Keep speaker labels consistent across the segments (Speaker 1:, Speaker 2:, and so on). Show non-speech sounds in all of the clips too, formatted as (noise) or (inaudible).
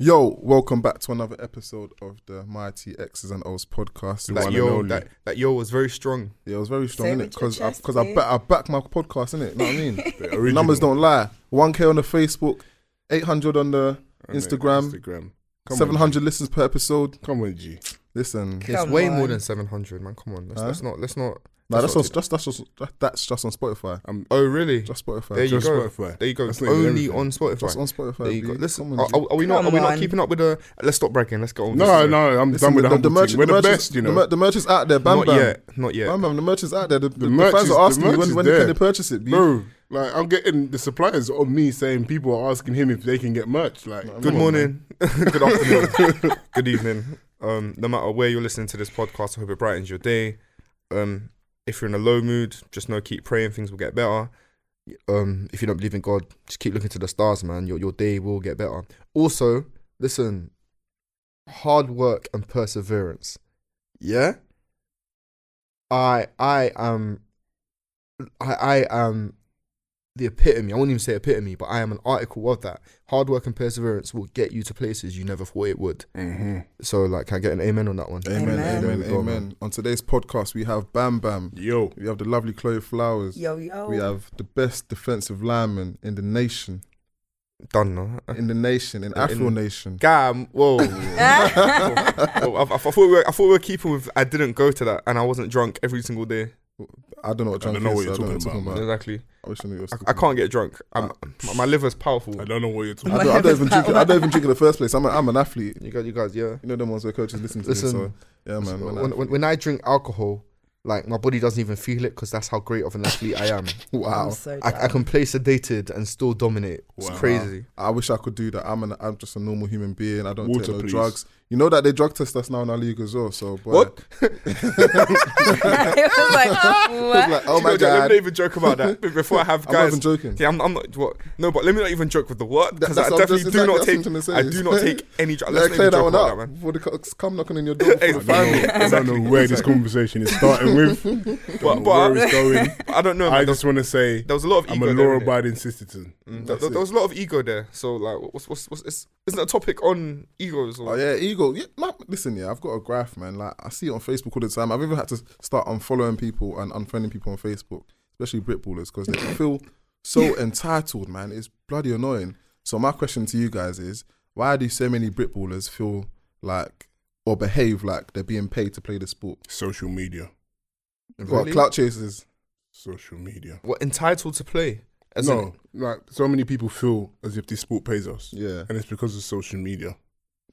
Speaker 1: Yo, welcome back to another episode of the Mighty X's and O's podcast.
Speaker 2: The
Speaker 1: That
Speaker 2: one and
Speaker 1: yo,
Speaker 2: only.
Speaker 1: that,
Speaker 2: That yo was very strong.
Speaker 1: yeah, it was very
Speaker 3: Say it
Speaker 1: strong,
Speaker 3: with
Speaker 1: innit?
Speaker 3: your
Speaker 1: Because
Speaker 3: chest, eh?
Speaker 1: because I,
Speaker 3: babe.
Speaker 1: bet I back my podcast, innit? Know what I
Speaker 3: (laughs)
Speaker 1: mean?
Speaker 2: The
Speaker 1: Numbers
Speaker 2: original.
Speaker 1: don't lie. One k on the Facebook, eight hundred on the
Speaker 2: I know,
Speaker 1: Instagram.
Speaker 2: Instagram.
Speaker 1: seven hundred listens per episode.
Speaker 2: On, G. Come on, G.
Speaker 1: Listen,
Speaker 2: It's
Speaker 3: Come
Speaker 2: way
Speaker 3: on.
Speaker 2: more than seven hundred, man. Come on. Let's,
Speaker 1: Huh?
Speaker 2: let's not. Let's not.
Speaker 1: nah, that's
Speaker 2: that's
Speaker 1: on,
Speaker 2: not
Speaker 1: that's that's just that- that's just on Spotify.
Speaker 2: Um, oh, really?
Speaker 1: Just Spotify.
Speaker 2: There you
Speaker 1: just,
Speaker 2: go.
Speaker 4: Spotify.
Speaker 2: There you go.
Speaker 4: That's not even
Speaker 2: Only
Speaker 4: everything.
Speaker 2: on Spotify.
Speaker 1: just on Spotify.
Speaker 2: there you go.
Speaker 1: B.
Speaker 2: Listen,
Speaker 1: Come
Speaker 2: are,
Speaker 1: on, G.
Speaker 2: are, are we not?
Speaker 3: Come
Speaker 2: Are we not
Speaker 3: on.
Speaker 2: keeping up with the? Let's stop bragging. Let's get on.
Speaker 4: No, no, I'm
Speaker 1: Listen,
Speaker 4: done with
Speaker 1: the, the
Speaker 4: the, humble
Speaker 1: merch.
Speaker 4: team. We're the,
Speaker 1: merch is-
Speaker 4: best, you
Speaker 1: the
Speaker 4: know.
Speaker 1: mer- the merch is out there. Bam
Speaker 2: not
Speaker 1: bam.
Speaker 2: yet. Not yet.
Speaker 1: Bam bam. The merch is out there. The, the,
Speaker 4: merch
Speaker 1: fans
Speaker 4: is-
Speaker 1: are
Speaker 4: the
Speaker 1: asking me
Speaker 4: merch
Speaker 1: when,
Speaker 4: is
Speaker 1: when can
Speaker 4: there.
Speaker 1: they purchase it. B.
Speaker 4: Bro, like I'm getting the suppliers on me saying people are asking him if they can get merch. Like,
Speaker 2: Good morning. (laughs)
Speaker 1: (laughs)
Speaker 2: Good afternoon. Good evening. Um, no matter where you're listening to this podcast, I hope it brightens your day. Um, if you're in a low mood, just know keep praying, things will get better. Um, if you don't believe in God, just keep looking to the stars, man. Your your day will get better. Also, listen, hard work and perseverance. Yeah. I I am I I am the epitome. I won't even say epitome, but I am an article of that. Hard work and perseverance will get you to places you never thought it would.
Speaker 4: Mm-hmm.
Speaker 2: So, like, can I get an amen on that one?
Speaker 1: Amen.
Speaker 3: Amen.
Speaker 1: Amen.
Speaker 2: There we go,
Speaker 1: Amen. On today's podcast, we have Bam Bam.
Speaker 4: Yo,
Speaker 1: We have the lovely Chloe Flowers.
Speaker 3: Yo, yo.
Speaker 1: We have the best defensive lineman in the nation,
Speaker 2: Done, no?
Speaker 1: in the nation, in Afro
Speaker 2: in- (laughs)
Speaker 1: Nation.
Speaker 2: Gam, whoa. Whoa, I, I thought we were, I thought we were keeping with. I didn't go to that, and I wasn't drunk every single day.
Speaker 1: I don't know what
Speaker 4: I
Speaker 1: drunk
Speaker 4: don't know
Speaker 1: is,
Speaker 4: what you're
Speaker 1: so I don't
Speaker 4: talking
Speaker 1: know what
Speaker 4: about,
Speaker 1: you're
Speaker 2: Exactly.
Speaker 1: I wish I knew what you was
Speaker 2: I,
Speaker 1: talking
Speaker 2: I
Speaker 1: about.
Speaker 2: can't get drunk. I'm, my, my liver's powerful.
Speaker 4: I don't know what you're talking.
Speaker 1: I don't, I don't even drink. it- I don't even drink in the first place. I'm, a, I'm an athlete.
Speaker 2: You guys, you guys, yeah.
Speaker 1: You know the ones where coaches listen to
Speaker 2: Listen,
Speaker 1: me. So yeah, man. we're an
Speaker 2: when, when,
Speaker 1: athlete.
Speaker 2: when I drink alcohol, like my body doesn't even feel it because that's how great of an athlete I am.
Speaker 1: wow.
Speaker 2: I, I
Speaker 3: (laughs)
Speaker 2: can play sedated and still dominate. It's
Speaker 4: Wow.
Speaker 2: crazy.
Speaker 1: I wish I could do that. I'm an. I'm just a normal human being. I don't
Speaker 4: Water,
Speaker 1: take no
Speaker 4: please.
Speaker 1: drugs. You know that they drug test us now in our league as well. So boy,
Speaker 2: (laughs) What?
Speaker 3: it was (laughs) like,
Speaker 1: It's
Speaker 3: what?
Speaker 1: like, oh
Speaker 2: Do (laughs)
Speaker 1: my
Speaker 2: you know, Let me
Speaker 1: god.
Speaker 2: not even joke about (laughs) that. But Before I have
Speaker 1: I'm not
Speaker 2: guys,
Speaker 1: even joking.
Speaker 2: Yeah, I'm, I'm not. What? No, but let me not even joke with the what
Speaker 1: That-
Speaker 2: because I
Speaker 1: that's what I'm
Speaker 2: definitely
Speaker 1: just-
Speaker 2: do
Speaker 1: exactly,
Speaker 2: not
Speaker 1: that's
Speaker 2: take.
Speaker 1: what I'm trying to
Speaker 2: I do
Speaker 1: say.
Speaker 2: (laughs) not take any. Dr-
Speaker 1: Yeah,
Speaker 2: Uh, Let's
Speaker 1: clear
Speaker 2: not
Speaker 1: that
Speaker 2: even joke
Speaker 1: one
Speaker 2: about that,
Speaker 1: up
Speaker 2: man.
Speaker 1: before the cops come knocking on your
Speaker 2: (laughs)
Speaker 1: door.
Speaker 2: Hey,
Speaker 1: before the
Speaker 2: fam.
Speaker 1: family.
Speaker 4: I don't know where this conversation is
Speaker 1: (laughs)
Speaker 4: starting with. where
Speaker 2: But, but (laughs)
Speaker 4: it's going.
Speaker 2: I don't know.
Speaker 4: I
Speaker 2: Man,
Speaker 4: just want to say
Speaker 2: there was a lot of
Speaker 4: I'm
Speaker 2: ego.
Speaker 4: a
Speaker 2: there, innit?
Speaker 4: law-abiding citizen.
Speaker 2: Mm, there,
Speaker 1: That's
Speaker 2: there
Speaker 1: it.
Speaker 2: was a lot of ego there. So like, what's what's what's? It's, isn't a topic on egos? Or,
Speaker 1: Oh yeah, ego. Yeah, man, listen, yeah, I've got a graph, man. Like I see it on Facebook all the time. I've even had to start unfollowing people and unfriending people on Facebook, especially Brit ballers, because
Speaker 2: (laughs)
Speaker 1: they feel so entitled, man. It's bloody annoying. So my question to you guys is, why do so many Brit ballers feel like or behave like they're being paid to play the sport?
Speaker 4: Social media,
Speaker 1: Well,
Speaker 2: Really?
Speaker 1: clout chasers.
Speaker 4: social media.
Speaker 2: What entitled to play? As in-
Speaker 4: no, like so many people feel as if this sport pays us,
Speaker 1: Yeah.
Speaker 4: and it's because of social media.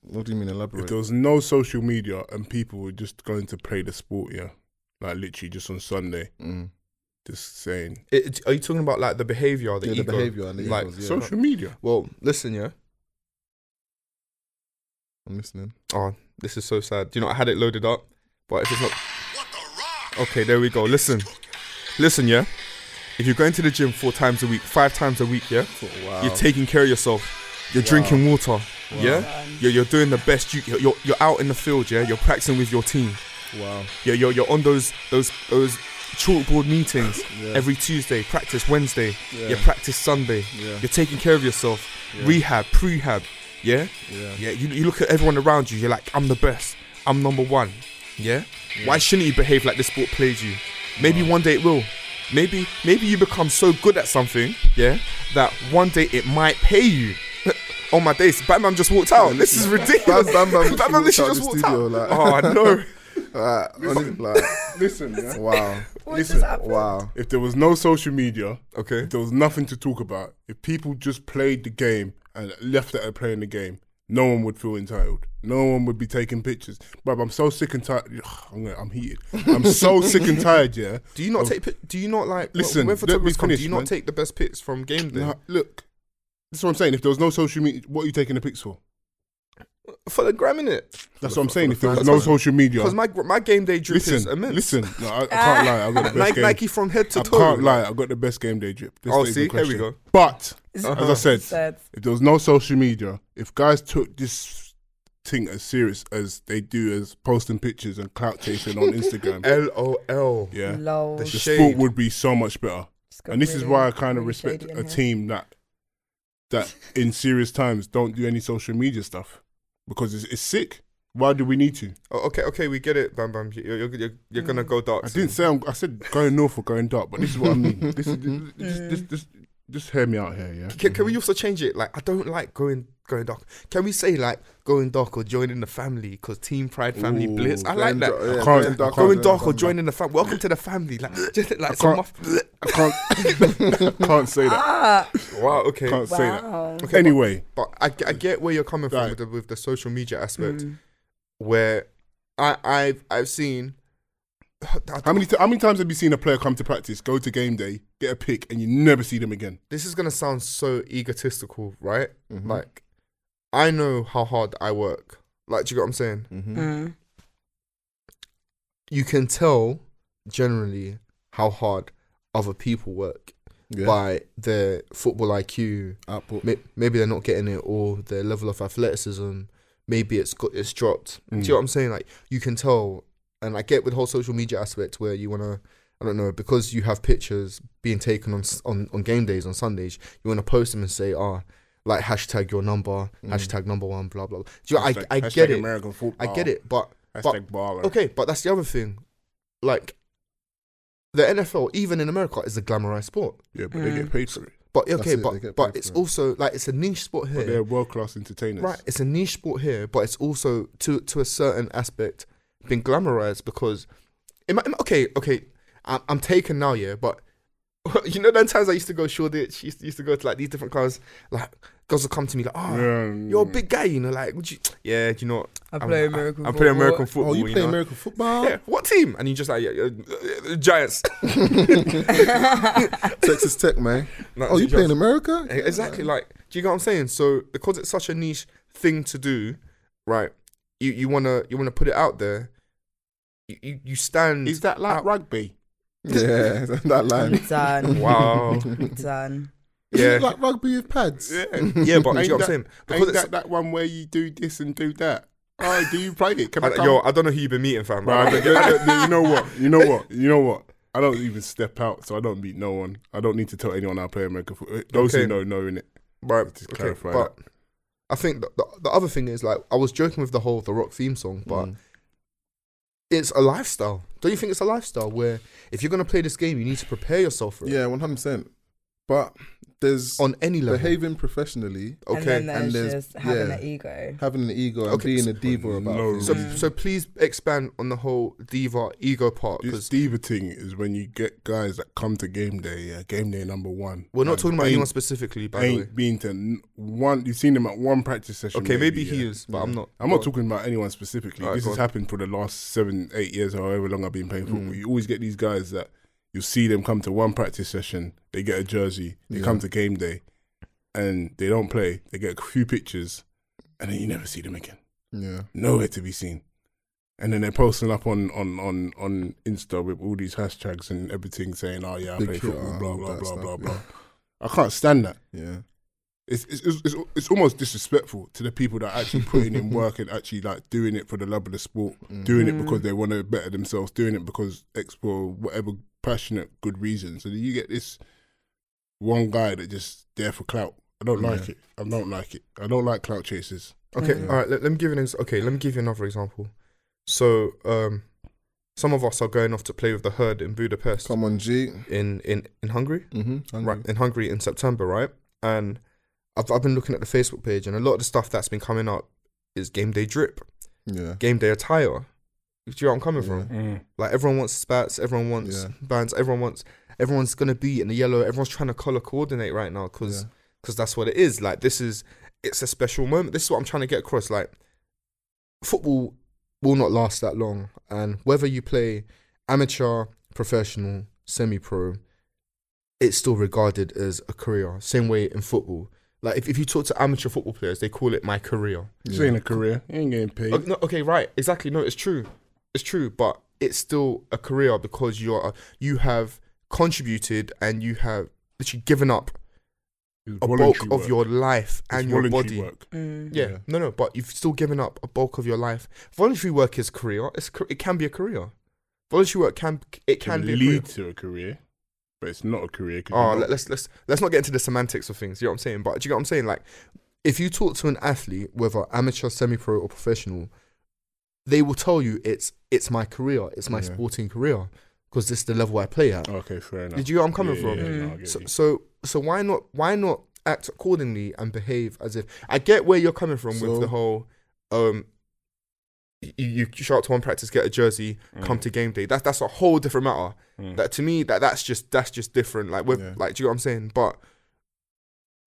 Speaker 1: What do you mean
Speaker 4: If
Speaker 1: elaborate?
Speaker 4: there was no social media and people were just going to play the sport, yeah, like literally just on Sunday,
Speaker 1: Mm.
Speaker 4: just saying
Speaker 2: it, it- are you talking about like the behavior, the
Speaker 1: yeah,
Speaker 2: ego?
Speaker 1: the behavior and the
Speaker 2: like,
Speaker 1: egos, yeah.
Speaker 4: social media.
Speaker 2: Well, listen, yeah.
Speaker 1: I'm listening.
Speaker 2: Oh, this is so sad. Do you know I had it loaded up, but if it's not. Okay, there we go. Listen, listen, yeah. If you're going to the gym four times a week, five times a week, yeah,
Speaker 1: wow.
Speaker 2: you're taking care of yourself. You're drinking water, yeah. You're, you're doing the best you. You're, you're you're out in the field, yeah. You're practicing with your team.
Speaker 1: wow.
Speaker 2: You're you're, you're on those those those chalkboard meetings every Tuesday. Practice Wednesday.
Speaker 1: Yeah.
Speaker 2: You practice Sunday.
Speaker 1: Yeah.
Speaker 2: You're taking care of yourself.
Speaker 1: Yeah.
Speaker 2: Rehab, prehab, yeah.
Speaker 1: Yeah.
Speaker 2: Yeah, you, you look at everyone around you, you're like, I'm the best, I'm number one. Yeah? Why shouldn't you behave like this sport plays you? Maybe one day it will. Maybe maybe you become so good at something, yeah, that one day it might pay you. (laughs) On my days, Batman just walked out. This is
Speaker 1: Bam,
Speaker 2: ridiculous.
Speaker 1: bam, bam.
Speaker 2: (laughs) Batman
Speaker 1: walked
Speaker 2: literally
Speaker 1: out
Speaker 2: just
Speaker 1: the
Speaker 2: walked
Speaker 1: studio,
Speaker 2: out.
Speaker 1: like-
Speaker 2: Oh, I know.
Speaker 1: (laughs)
Speaker 2: (laughs)
Speaker 1: Like, honest- like,
Speaker 4: Listen,
Speaker 1: (laughs)
Speaker 4: yeah?
Speaker 1: wow,
Speaker 3: (laughs) What
Speaker 4: Listen,
Speaker 3: just happened?
Speaker 1: wow.
Speaker 4: if there was no social media,
Speaker 2: Okay.
Speaker 4: if there was nothing to talk about, if people just played the game and left at playing the game, no one would feel entitled. No one would be taking pictures. But I'm so sick and tired. (sighs) I'm, gonna, I'm heated. I'm so sick
Speaker 3: (laughs)
Speaker 4: and tired. Yeah.
Speaker 2: Do you not
Speaker 4: Of-
Speaker 2: take pic- do you not like
Speaker 4: Listen,
Speaker 2: when
Speaker 4: let me
Speaker 2: photographers come, do
Speaker 4: finish,
Speaker 2: you not
Speaker 4: man.
Speaker 2: take the best pics from game day?
Speaker 4: Nah, look, this is what I'm saying. If there was no social media, what are you taking the pics for?
Speaker 2: For the gram in it.
Speaker 4: That's
Speaker 1: For
Speaker 4: what I'm
Speaker 1: the-
Speaker 4: saying.
Speaker 1: for
Speaker 4: If
Speaker 1: the
Speaker 4: there was
Speaker 1: fans.
Speaker 4: no social media,
Speaker 2: Because my gr- my game day drip is
Speaker 4: listen,
Speaker 2: immense.
Speaker 4: listen. No, I, I can't lie. I
Speaker 2: (laughs)
Speaker 4: got the best
Speaker 2: Nike,
Speaker 4: game.
Speaker 2: Nike from head to
Speaker 4: I
Speaker 2: toe.
Speaker 4: can't lie. I got the best game day drip. This
Speaker 2: Oh,
Speaker 4: ain't
Speaker 2: see?
Speaker 4: even a
Speaker 2: Here we
Speaker 4: question.
Speaker 2: go.
Speaker 4: But as I
Speaker 2: Uh-huh.
Speaker 4: said,
Speaker 3: Sad.
Speaker 4: if there was no social media, if guys took this thing as serious as they do as posting pictures and clout chasing on
Speaker 2: (laughs)
Speaker 4: Instagram,
Speaker 2: LOL.
Speaker 4: yeah,
Speaker 3: Lol.
Speaker 2: The
Speaker 4: the
Speaker 2: Eh, shade.
Speaker 4: sport would be so much better.
Speaker 3: It's got
Speaker 4: And this is
Speaker 3: really-
Speaker 4: why I kind of
Speaker 3: really (laughs)
Speaker 4: respect
Speaker 3: shady in
Speaker 4: a
Speaker 3: here.
Speaker 4: team that that in serious times don't do any social media stuff because it's, it's sick. Why do we need to?
Speaker 2: Oh, okay, okay, we get it, Bam Bam. You're, you're, you're, you're gonna go dark.
Speaker 4: I didn't say I'm, I said going north or going dark, but this is what I (laughs) mean. This is this, this, this, just hear me out here, yeah.
Speaker 2: Can, can we also change it? Like, I don't like going going dark. Can we say like going dark or joining the family? Because team pride, family
Speaker 1: Ooh,
Speaker 2: bliss. I like
Speaker 1: going
Speaker 2: that.
Speaker 1: dark, yeah,
Speaker 4: can't-
Speaker 1: going dark,
Speaker 2: going
Speaker 1: going
Speaker 2: dark or
Speaker 1: dark. (laughs)
Speaker 2: joining the family. Welcome to the family. Like, (laughs) just like some.
Speaker 4: can't- I
Speaker 1: Mm-hmm.
Speaker 4: can't can't say that.
Speaker 3: Ah,
Speaker 2: (laughs) Wow. Okay.
Speaker 4: Can't say that.
Speaker 3: wow.
Speaker 2: Okay,
Speaker 4: Anyway,
Speaker 2: but I, I get where you're coming from
Speaker 4: Right.
Speaker 2: with, the, with the social media aspect, where I I've I've seen. (sighs)
Speaker 4: how many t- how many times have you seen a player come to practice, go to game day, get a pick, and you never see them again?
Speaker 2: This is gonna sound so egotistical, right?
Speaker 1: Mhm.
Speaker 2: Like, I know how hard I work. Like, do you get what I'm saying?
Speaker 1: Mhm.
Speaker 3: Mm.
Speaker 2: You can tell generally how hard other people work
Speaker 1: Yeah.
Speaker 2: by their football IQ.
Speaker 1: Output.
Speaker 2: May- Maybe they're not getting it, or their level of athleticism. Maybe it's got it's dropped.
Speaker 4: Mm.
Speaker 2: Do you know what I'm saying? Like you can tell, and I get with the whole social media aspect where you wanna, I don't know, because you have pictures being taken on s- on, on game days on Sundays, you wanna post them and say, ah, like hashtag your number,
Speaker 1: Mm.
Speaker 2: hashtag number one, blah blah. blah. Do you,
Speaker 4: Hashtag-
Speaker 2: I I
Speaker 4: hashtag
Speaker 2: get it,
Speaker 4: American
Speaker 2: I
Speaker 4: football.
Speaker 2: get it, but but
Speaker 4: Hashtag baller.
Speaker 2: okay, but that's the other thing, like the NFL, even in America, is a glamorized sport.
Speaker 4: Yeah, but they
Speaker 1: Mm.
Speaker 4: get
Speaker 1: Oh,
Speaker 4: paid for it.
Speaker 2: But
Speaker 1: That's
Speaker 2: okay,
Speaker 1: it, they
Speaker 2: but
Speaker 1: get
Speaker 2: but
Speaker 1: paid
Speaker 2: it's
Speaker 1: for it.
Speaker 2: also like it's a niche sport here.
Speaker 4: But they're world class entertainers.
Speaker 2: Right, it's a niche sport here, but it's also to to a certain aspect been glamorized because, am I- am I- okay, okay, I'm, I'm taken now, yeah, but (laughs) you know, then times I used to go Shoreditch, used to, used to go to like these different clubs, like girls would come to me like, oh,
Speaker 4: Yeah,
Speaker 2: you're a big guy, you know, like, would you? Yeah, do you know, what?
Speaker 3: I
Speaker 2: I'm-
Speaker 3: play "Ah, American
Speaker 2: I, I play
Speaker 3: football. (laughs)
Speaker 2: American football.
Speaker 1: Oh, you play
Speaker 2: know?
Speaker 1: American football?
Speaker 2: Yeah, what team? And you just like yeah, yeah, uh, uh, Giants.
Speaker 1: (laughs)
Speaker 3: (laughs)
Speaker 1: Texas Tech, man.
Speaker 2: No,
Speaker 1: Oh, you
Speaker 2: Giants.
Speaker 1: play in America?
Speaker 2: Exactly. Like, do you get what I'm saying? So because it's such a niche thing to do, right? You you wanna you wanna put it out there. You you, you stand. (laughs)
Speaker 4: Is that like rugby?
Speaker 1: (laughs) Yeah, that line.
Speaker 3: (laughs)
Speaker 1: (laughs)
Speaker 3: Done.
Speaker 2: wow.
Speaker 3: Done.
Speaker 1: Yeah.
Speaker 2: yeah.
Speaker 1: Like rugby with pads. (laughs)
Speaker 2: yeah, but do
Speaker 4: Ain't
Speaker 2: you get what I'm
Speaker 4: that-
Speaker 2: saying? Because
Speaker 4: Ain't
Speaker 2: it's,
Speaker 4: that that one where you do this and do that? Oh, do you play it? Can I,
Speaker 2: I-
Speaker 4: come?
Speaker 2: yo, I don't know who you've been meeting, fam.
Speaker 4: Bro, I
Speaker 2: Right?
Speaker 4: don't- look, look, look, you (laughs) know what? You know what? You know what? I don't even step out, so I don't meet no one. I don't need to tell anyone I play American football. Those
Speaker 2: Okay.
Speaker 4: who know know in it.
Speaker 2: Right.
Speaker 4: Just
Speaker 2: Okay.
Speaker 4: clarify
Speaker 2: But I think the, the the other thing is like I was joking with the whole The Rock theme song,
Speaker 1: Mm,
Speaker 4: Mm.
Speaker 2: but it's a lifestyle. Don't you think it's a lifestyle where if you're gonna play this game, you need to prepare yourself for it
Speaker 1: Yeah, one hundred percent. But there's
Speaker 2: on any level.
Speaker 1: behaving professionally,
Speaker 3: And
Speaker 2: okay.
Speaker 3: then there's
Speaker 1: and there's-
Speaker 3: just having
Speaker 1: yeah.
Speaker 3: an ego.
Speaker 1: having an ego, and
Speaker 2: Okay,
Speaker 1: being
Speaker 2: so-
Speaker 1: a diva about
Speaker 4: no.
Speaker 1: things.
Speaker 2: So,
Speaker 3: Mm.
Speaker 2: so please expand on the whole diva ego part
Speaker 4: This
Speaker 2: because
Speaker 4: diva thing is when you get guys that come to game day, yeah, game day number one.
Speaker 2: we're not
Speaker 4: and
Speaker 2: talking about
Speaker 4: ain't-
Speaker 2: anyone specifically, by the way.
Speaker 4: Ain't been to n- one. You've seen him at one practice session.
Speaker 2: Okay, maybe
Speaker 4: yeah.
Speaker 2: he is, but I'm not.
Speaker 4: I'm
Speaker 2: go
Speaker 4: not
Speaker 2: on.
Speaker 4: talking about anyone specifically.
Speaker 2: Alright,
Speaker 4: this
Speaker 2: go
Speaker 4: has
Speaker 2: on. Mm.
Speaker 4: happened for the last seven, eight years, or however long I've been playing football. You always get these guys that you see them come to one practice session, they get a jersey, they come to game day, and they don't play. They get a few pictures, and then you never see them again.
Speaker 1: Yeah,
Speaker 4: Nowhere to be seen. And then they're posting up on on on on Insta with all these hashtags and everything saying, "Oh yeah, I
Speaker 1: Big
Speaker 4: play
Speaker 1: kid,
Speaker 4: football,"
Speaker 1: uh,
Speaker 4: blah
Speaker 1: all
Speaker 4: blah
Speaker 1: that
Speaker 4: blah
Speaker 1: stuff,
Speaker 4: blah
Speaker 1: yeah.
Speaker 4: blah. I can't stand that
Speaker 1: yeah.
Speaker 4: it's it's, it's it's it's almost disrespectful to the people that are actually putting in work and actually like doing it for the love of the sport,
Speaker 1: Mm.
Speaker 4: doing it because they want to better themselves, doing it because explore whatever passionate good reasons. So you get this one guy that just there for clout. I don't like it. I don't like it. I don't like clout chasers.
Speaker 2: Okay, all right. Let, let me give you an. Ex- okay, let me give you another example. So, um, some of us are going off to play with the herd in Budapest,
Speaker 1: Come on, G.
Speaker 2: in in in Hungary,
Speaker 1: Mm-hmm.
Speaker 2: right? In Hungary in September, right? And I've I've been looking at the Facebook page, and a lot of the stuff that's been coming up is game day drip,
Speaker 1: Yeah.
Speaker 2: game day attire. Do you know where I'm coming from?
Speaker 4: Mm.
Speaker 2: Like everyone wants spats, everyone wants
Speaker 1: Yeah.
Speaker 2: bands, everyone wants everyone's gonna be in the yellow. Everyone's trying to color coordinate right now because
Speaker 1: Yeah.
Speaker 2: that's what it is. Like this is it's a special moment. This is what I'm trying to get across. Like football will not last that long, and whether you play amateur, professional, semi-pro, it's still regarded as a career. Same way in football. Like if, if you talk to amateur football players, they call it my career.
Speaker 4: This ain't a career. You ain't getting paid.
Speaker 2: Oh, no, okay, right, exactly. No, it's true, it's true, but it's still a career because you are you have contributed and you have literally given up
Speaker 4: It's
Speaker 2: a bulk
Speaker 4: voluntary
Speaker 2: of
Speaker 4: work.
Speaker 2: your life
Speaker 4: It's
Speaker 2: and your
Speaker 4: voluntary
Speaker 2: body.
Speaker 4: work.
Speaker 3: Mm.
Speaker 2: Yeah,
Speaker 1: Yeah.
Speaker 2: no, no, but you've still given up a bulk of your life. Voluntary work is career. It's ca- it can be a career. Voluntary work can it
Speaker 4: Can
Speaker 2: can be a career.
Speaker 4: lead to a career, but it's not a career. 'cause
Speaker 2: Oh,
Speaker 4: you're
Speaker 2: let,
Speaker 4: not-
Speaker 2: let's let's let's not get into the semantics of things. You know what I'm saying? But do you get what I'm saying? Like, if you talk to an athlete, whether amateur, semi-pro, or professional, they will tell you it's it's my career, it's my
Speaker 4: Yeah.
Speaker 2: sporting career, because this is the level I play at.
Speaker 4: okay, fair enough.
Speaker 2: Did you? Know where I'm coming
Speaker 4: Yeah,
Speaker 2: from.
Speaker 4: yeah, yeah,
Speaker 3: Mm.
Speaker 4: no, I get
Speaker 2: So,
Speaker 4: you.
Speaker 2: so so why not why not act accordingly and behave as if I get where you're coming from
Speaker 1: So-
Speaker 2: with the whole um y- you, you show up to one practice, get a jersey, come to game day. That's that's a whole different matter.
Speaker 4: Mm.
Speaker 2: That to me that that's just that's just different. Like with
Speaker 1: Yeah.
Speaker 2: like do you know what I'm saying? But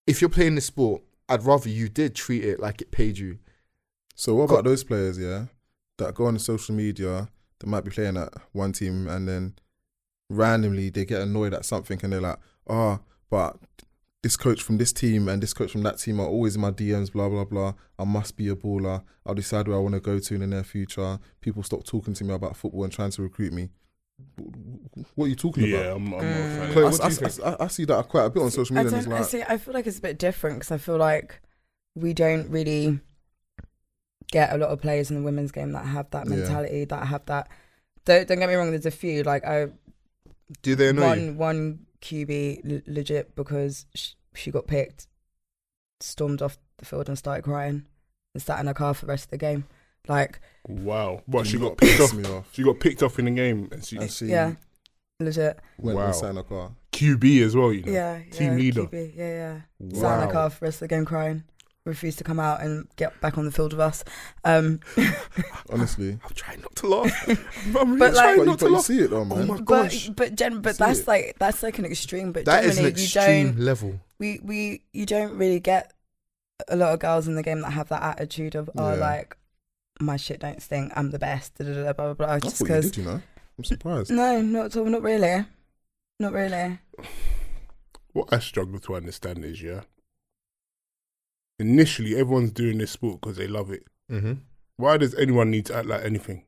Speaker 2: if you're playing this sport, I'd rather you did treat it like it paid you.
Speaker 1: So what about those players, yeah, that go on social media that might be playing at one team and then randomly they get annoyed at something and they're like, oh, but this coach from this team and this coach from that team are always in my DMs, blah blah blah. I must be a baller. I'll decide where I want to go to in the near future. People stop talking to me about football and trying to recruit me. W- w- What are you talking
Speaker 4: Yeah,
Speaker 1: about?
Speaker 4: I'm, I'm not a fan.
Speaker 2: Clay,
Speaker 1: I,
Speaker 2: what do
Speaker 1: I-
Speaker 2: you think?
Speaker 1: I- I see that quite a bit on social
Speaker 3: I,
Speaker 1: media. and
Speaker 3: don't,
Speaker 1: it's
Speaker 3: I,
Speaker 1: like,
Speaker 3: see, I feel like it's a bit different because I feel like we don't really get a lot of players in the women's game that have that
Speaker 1: Yeah.
Speaker 3: mentality, that have that. Don't, don't get me wrong, there's a few. Like, I
Speaker 2: Do they annoy you?
Speaker 3: one one QB l- legit because she, she got picked, stormed off the field and started crying, and sat in her car for the rest of the game. Like
Speaker 4: Wow. But she
Speaker 1: "Do
Speaker 4: got
Speaker 1: not
Speaker 4: picked
Speaker 1: piss
Speaker 4: off.
Speaker 1: me off.
Speaker 4: She got picked off in the game, and she
Speaker 1: And she
Speaker 3: yeah, legit.
Speaker 1: went
Speaker 4: Wow.
Speaker 1: and sat in her car.
Speaker 4: QB as well. You know.
Speaker 3: Yeah,
Speaker 4: Team
Speaker 3: yeah,
Speaker 4: leader.
Speaker 3: QB, yeah, yeah. Sat in
Speaker 4: Wow.
Speaker 3: her car for the rest of the game crying. Refused to come out and get back on the field with us. Um,
Speaker 1: Honestly.
Speaker 2: I'm trying not to
Speaker 3: (laughs)
Speaker 2: laugh. I'm really trying
Speaker 3: But, like-
Speaker 1: But, you-
Speaker 2: not to
Speaker 1: but you
Speaker 2: laugh.
Speaker 1: see it though, man.
Speaker 2: Oh my
Speaker 3: but
Speaker 2: gosh.
Speaker 3: but gen- but
Speaker 1: See
Speaker 3: that's
Speaker 1: it.
Speaker 3: like that's like an extreme. But
Speaker 2: That
Speaker 3: generally,
Speaker 2: is an
Speaker 3: you
Speaker 2: extreme
Speaker 3: don't
Speaker 2: level.
Speaker 3: we we you don't really get a lot of girls in the game that have that attitude of oh
Speaker 1: Yeah.
Speaker 3: like my shit don't stink I'm the best da, da, da, da, blah blah blah
Speaker 1: I
Speaker 3: just
Speaker 1: thought you
Speaker 3: because
Speaker 1: did, you know. I'm surprised.
Speaker 3: no not at all not really not really
Speaker 4: What I struggle to understand is, yeah. Initially, everyone's doing this sport because they love it.
Speaker 2: Mm-hmm.
Speaker 4: Why does anyone need to act like anything?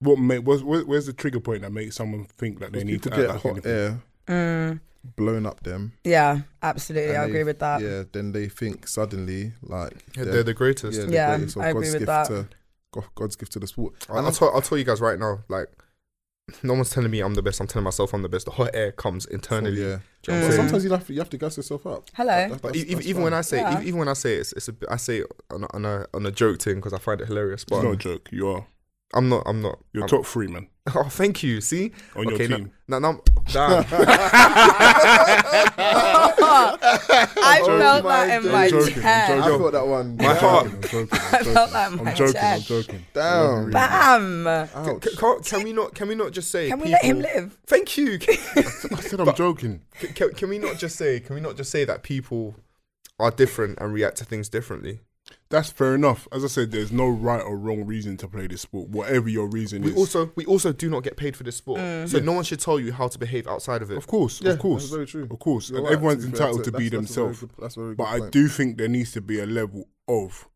Speaker 4: What make where's, where's the trigger point that makes someone think that they
Speaker 1: Because
Speaker 4: need to
Speaker 1: people
Speaker 4: act
Speaker 1: get
Speaker 4: like
Speaker 1: hot
Speaker 4: anything?
Speaker 1: air
Speaker 3: mm,
Speaker 1: blown up them.
Speaker 3: yeah absolutely
Speaker 1: And
Speaker 3: I
Speaker 1: they-
Speaker 3: agree with that
Speaker 1: yeah, then they think suddenly like
Speaker 2: Yeah,
Speaker 1: they're-
Speaker 2: they're the greatest.
Speaker 1: yeah, the
Speaker 3: Yeah,
Speaker 1: greatest or
Speaker 3: I agree
Speaker 1: God's
Speaker 3: with
Speaker 1: gift
Speaker 3: that.
Speaker 1: to Go- God's gift to the sport.
Speaker 2: I- I'll, tell, I'll tell you guys right now, like, no one's telling me I'm the best. I'm telling myself I'm the best. The hot air comes
Speaker 1: yeah.
Speaker 2: internally. Do you know
Speaker 1: But
Speaker 2: what I'm
Speaker 3: Mm.
Speaker 2: saying?
Speaker 1: sometimes you have to, you have to gas yourself up.
Speaker 3: hello
Speaker 2: But e- even, even when I say, e-,
Speaker 3: Yeah.
Speaker 2: even, even when I say it, it's, it's a, I say it on a, on a on a joke thing because I find it hilarious.
Speaker 4: It's
Speaker 2: But
Speaker 4: not a joke. You are
Speaker 2: I'm not. I'm not.
Speaker 4: you're
Speaker 2: I'm-
Speaker 4: top three, man,
Speaker 2: (laughs) Oh, thank you. See,
Speaker 4: on your
Speaker 2: okay, no-
Speaker 4: team.
Speaker 2: no, no,
Speaker 4: (laughs)
Speaker 2: damn.
Speaker 3: I
Speaker 2: joking.
Speaker 3: felt that in
Speaker 2: I'm
Speaker 3: my
Speaker 4: joking, I'm
Speaker 3: chair
Speaker 1: I
Speaker 4: joking.
Speaker 1: got that one.
Speaker 2: My
Speaker 1: Damn.
Speaker 2: heart-
Speaker 4: I'm joking. I'm
Speaker 3: (laughs) I
Speaker 4: joking.
Speaker 3: felt that in my
Speaker 4: I'm joking.
Speaker 3: chair
Speaker 4: I'm joking.
Speaker 1: Damn.
Speaker 3: bam
Speaker 1: Ouch.
Speaker 2: C- can't- can we not? Can we not just say?
Speaker 3: can we
Speaker 2: people,
Speaker 3: let him live
Speaker 2: Thank you.
Speaker 4: I said I'm joking.
Speaker 2: C- can, can we not just say? Can we not just say that people are different and react to things differently?
Speaker 4: That's fair enough. As I said, there's no right or wrong reason to play this sport. Whatever your reason
Speaker 2: We
Speaker 4: is,
Speaker 2: also we also do not get paid for this sport,
Speaker 3: Mm.
Speaker 2: so no one should tell you how to behave outside of it.
Speaker 4: of course,
Speaker 1: Yeah,
Speaker 4: of course,
Speaker 1: that's very true.
Speaker 4: of course,
Speaker 1: You're
Speaker 4: and
Speaker 1: right,
Speaker 4: everyone's
Speaker 1: to be fair,
Speaker 4: entitled to
Speaker 1: that's-
Speaker 4: be
Speaker 1: that's a very
Speaker 4: themselves.
Speaker 1: good- That's a very good.
Speaker 4: But I
Speaker 1: point.
Speaker 4: do think there needs to be a level of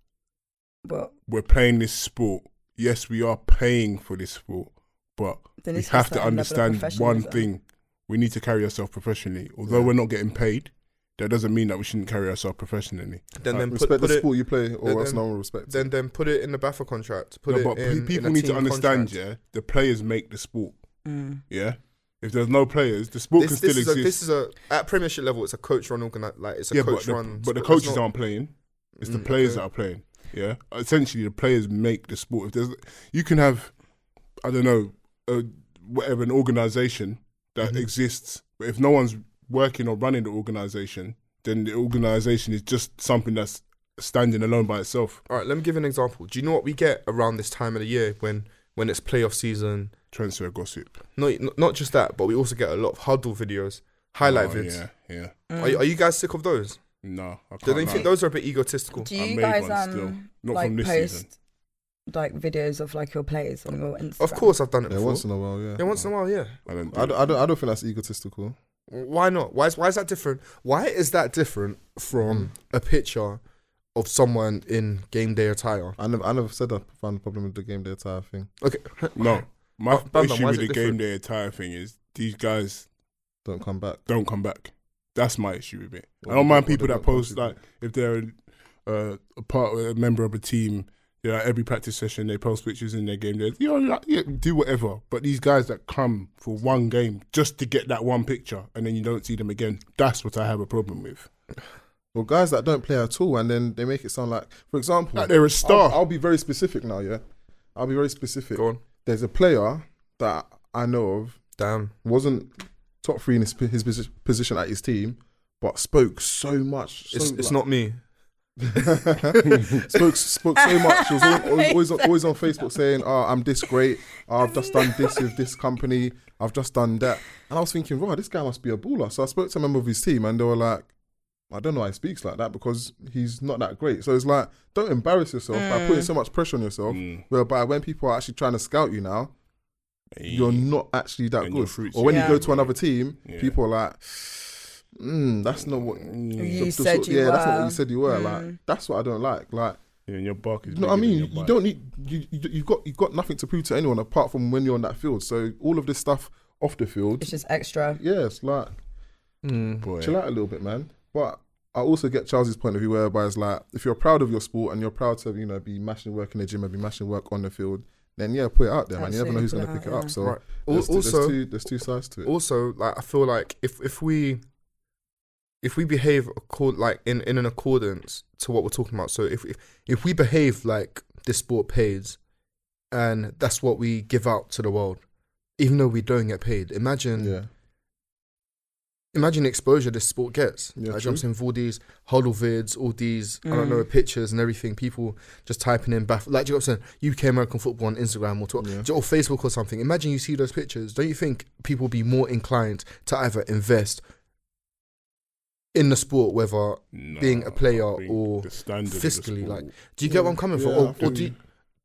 Speaker 3: but
Speaker 4: we're playing this sport. Yes, we are paying for this sport, but
Speaker 3: there
Speaker 4: we
Speaker 3: needs
Speaker 4: have to
Speaker 3: be certain level of
Speaker 4: understand one
Speaker 3: professionalism.
Speaker 4: thing: we need to carry ourselves professionally. Although
Speaker 1: Yeah.
Speaker 4: we're not getting paid, that doesn't mean that we shouldn't carry ourselves professionally.
Speaker 2: Then then put,
Speaker 1: respect
Speaker 2: put
Speaker 1: the
Speaker 2: it
Speaker 1: sport you play, or
Speaker 2: then-
Speaker 1: else
Speaker 2: then-
Speaker 1: no one respects.
Speaker 2: then then put it in the Baffer contract. Put
Speaker 4: No,
Speaker 2: it
Speaker 4: but pe-
Speaker 2: in,
Speaker 4: people
Speaker 2: in a
Speaker 4: need to
Speaker 2: team
Speaker 4: understand,
Speaker 2: contract.
Speaker 4: yeah, the players make the sport.
Speaker 3: Mm.
Speaker 4: Yeah, if there's no players, the sport
Speaker 2: This,
Speaker 4: can
Speaker 2: this
Speaker 4: still
Speaker 2: is a,
Speaker 4: exist.
Speaker 2: this is a at Premiership level. It's a coach run organi- like it's a
Speaker 4: yeah, but
Speaker 2: coach
Speaker 4: the,
Speaker 2: run.
Speaker 4: but the
Speaker 2: sport. It's
Speaker 4: coaches
Speaker 2: not-
Speaker 4: aren't playing. It's the
Speaker 2: Mm,
Speaker 4: players
Speaker 2: okay.
Speaker 4: that are playing. Yeah, essentially the players make the sport. If there's, you can have, I don't know, a, whatever an organization that
Speaker 2: Mhm.
Speaker 4: exists, but if no one's working or running the organization, then the organization is just something that's standing alone by itself.
Speaker 2: All right, let me give you an example. Do you know what we get around this time of the year when when it's playoff season?
Speaker 4: Transfer gossip,
Speaker 2: No, n- not just that, but we also get a lot of huddle videos, highlight
Speaker 4: Oh,
Speaker 2: vids.
Speaker 4: Yeah, yeah.
Speaker 2: Are,
Speaker 3: mm.
Speaker 2: you- are you guys sick of those?
Speaker 4: No, I can't.
Speaker 2: Do you
Speaker 4: lie.
Speaker 2: think those are a bit egotistical?
Speaker 3: Do
Speaker 4: I
Speaker 3: you
Speaker 4: made
Speaker 3: guys
Speaker 4: one still.
Speaker 3: um
Speaker 4: Not
Speaker 3: like
Speaker 4: from this
Speaker 3: post
Speaker 4: season.
Speaker 3: like videos of like your plays on your Instagram?
Speaker 2: Of course, I've done it
Speaker 1: Yeah,
Speaker 2: before.
Speaker 1: once in a while, yeah.
Speaker 2: yeah, once in a while, yeah.
Speaker 4: I don't. Do
Speaker 1: I don't, I don't. I don't think that's egotistical.
Speaker 2: Why not? Why is why is that different? Why is that different
Speaker 1: Mm.
Speaker 2: from a picture of someone in game day
Speaker 1: (laughs)
Speaker 2: attire?
Speaker 1: I never. I never said I found a problem with the game day attire thing.
Speaker 2: Okay,
Speaker 4: No, my
Speaker 2: Oh, Bamba,
Speaker 4: issue
Speaker 2: why
Speaker 4: with
Speaker 2: is
Speaker 4: the
Speaker 2: it
Speaker 4: game day attire thing is these guys
Speaker 1: Don't come back.
Speaker 4: don't come back. That's my issue with it.
Speaker 1: Or
Speaker 4: I
Speaker 1: they
Speaker 4: don't mind
Speaker 1: don't- or
Speaker 4: people
Speaker 1: they
Speaker 4: that
Speaker 1: don't want
Speaker 4: post
Speaker 1: people.
Speaker 4: like if they're uh, a part of a member of a team, they'll They're like every practice session, they post pictures in their game days. You know, like, yeah, do whatever. But these guys that come for one game just to get that one picture and then you don't see them again, that's what I have a problem with.
Speaker 1: Well, guys that don't play at all and then they make it sound like, for example,
Speaker 4: Like they're a star.
Speaker 1: I'll, I'll be very specific now. Yeah, I'll be very specific.
Speaker 2: Go on.
Speaker 1: There's a player that I know of
Speaker 2: Damn.
Speaker 1: wasn't top three in his, his posi- position at his team, but spoke so much.
Speaker 2: It's,
Speaker 1: so,
Speaker 2: it's
Speaker 1: like-
Speaker 2: not me. (laughs)
Speaker 1: (laughs)
Speaker 4: (laughs)
Speaker 1: spoke spoke (laughs) so much. She was al- always always on, always on Facebook saying, "Oh, I'm this great. Oh, I've just done this with this company. I've just done that." And I was thinking, "Right, this guy must be a baller." So I spoke to a member of his team, and they were like, "I don't know why he speaks like that because he's not that great." So it's like, don't embarrass yourself by putting so much pressure on yourself.
Speaker 4: Mm.
Speaker 1: Whereby when people are actually trying to scout you now, you're not actually that
Speaker 4: And your
Speaker 1: good.
Speaker 4: fruits-
Speaker 1: Or when
Speaker 3: Yeah.
Speaker 1: you go to another team,
Speaker 4: Yeah.
Speaker 1: people are like. Mm, that's not what
Speaker 3: You
Speaker 1: the
Speaker 3: said
Speaker 1: sort-
Speaker 3: you
Speaker 1: yeah, that's not what
Speaker 3: were."
Speaker 1: you said you were. Like,
Speaker 3: Mm.
Speaker 1: that's what I don't like. Like,
Speaker 4: Yeah, and your bark is
Speaker 1: you know what I
Speaker 4: bigger than
Speaker 1: mean?
Speaker 4: your
Speaker 1: You
Speaker 4: bite.
Speaker 1: don't need you. you- You've got you've got nothing to prove to anyone apart from when you're on that field. So all of this stuff off the field,
Speaker 3: It's just extra.
Speaker 1: yeah, it's like
Speaker 2: Hmm.
Speaker 4: Boy.
Speaker 1: chill out a little bit, man. But I also get Charles's point of view, whereby it's like if you're proud of your sport and you're proud to you know be mashing work in the gym and be mashing work on the field, then yeah, put it out there, man. You never know
Speaker 3: Absolutely,
Speaker 1: who's
Speaker 3: put
Speaker 1: gonna
Speaker 3: it
Speaker 1: pick
Speaker 3: out,
Speaker 1: it up.
Speaker 3: yeah.
Speaker 1: So
Speaker 2: Right. Al-
Speaker 1: there's, two- there's
Speaker 2: also,
Speaker 1: two, there's two sides to it.
Speaker 2: also like I feel like if if we if we behave accord like in in an accordance to what we're talking about, so if if if we behave like this sport pays, and that's what we give out to the world, even though we don't get paid. Imagine
Speaker 1: Yeah,
Speaker 2: imagine the exposure this sport gets.
Speaker 1: Yeah,
Speaker 2: like,
Speaker 1: true.
Speaker 2: I'm saying with all these huddle vids, all these I
Speaker 3: Mm.
Speaker 2: don't know pictures and everything. People just typing in baff like do you know what I'm saying UK American football on Instagram or Twitter
Speaker 1: Yeah.
Speaker 2: or Facebook or something. Imagine you see those pictures. Don't you think people will be more inclined to either invest in the sport, whether
Speaker 4: Nah,
Speaker 2: being a player
Speaker 4: I think
Speaker 2: or
Speaker 4: the standard of the
Speaker 2: fiscally,
Speaker 4: sport-
Speaker 2: like- do you get where I'm coming from,
Speaker 1: Yeah,
Speaker 2: or,
Speaker 1: I
Speaker 2: or
Speaker 1: think-
Speaker 2: do you,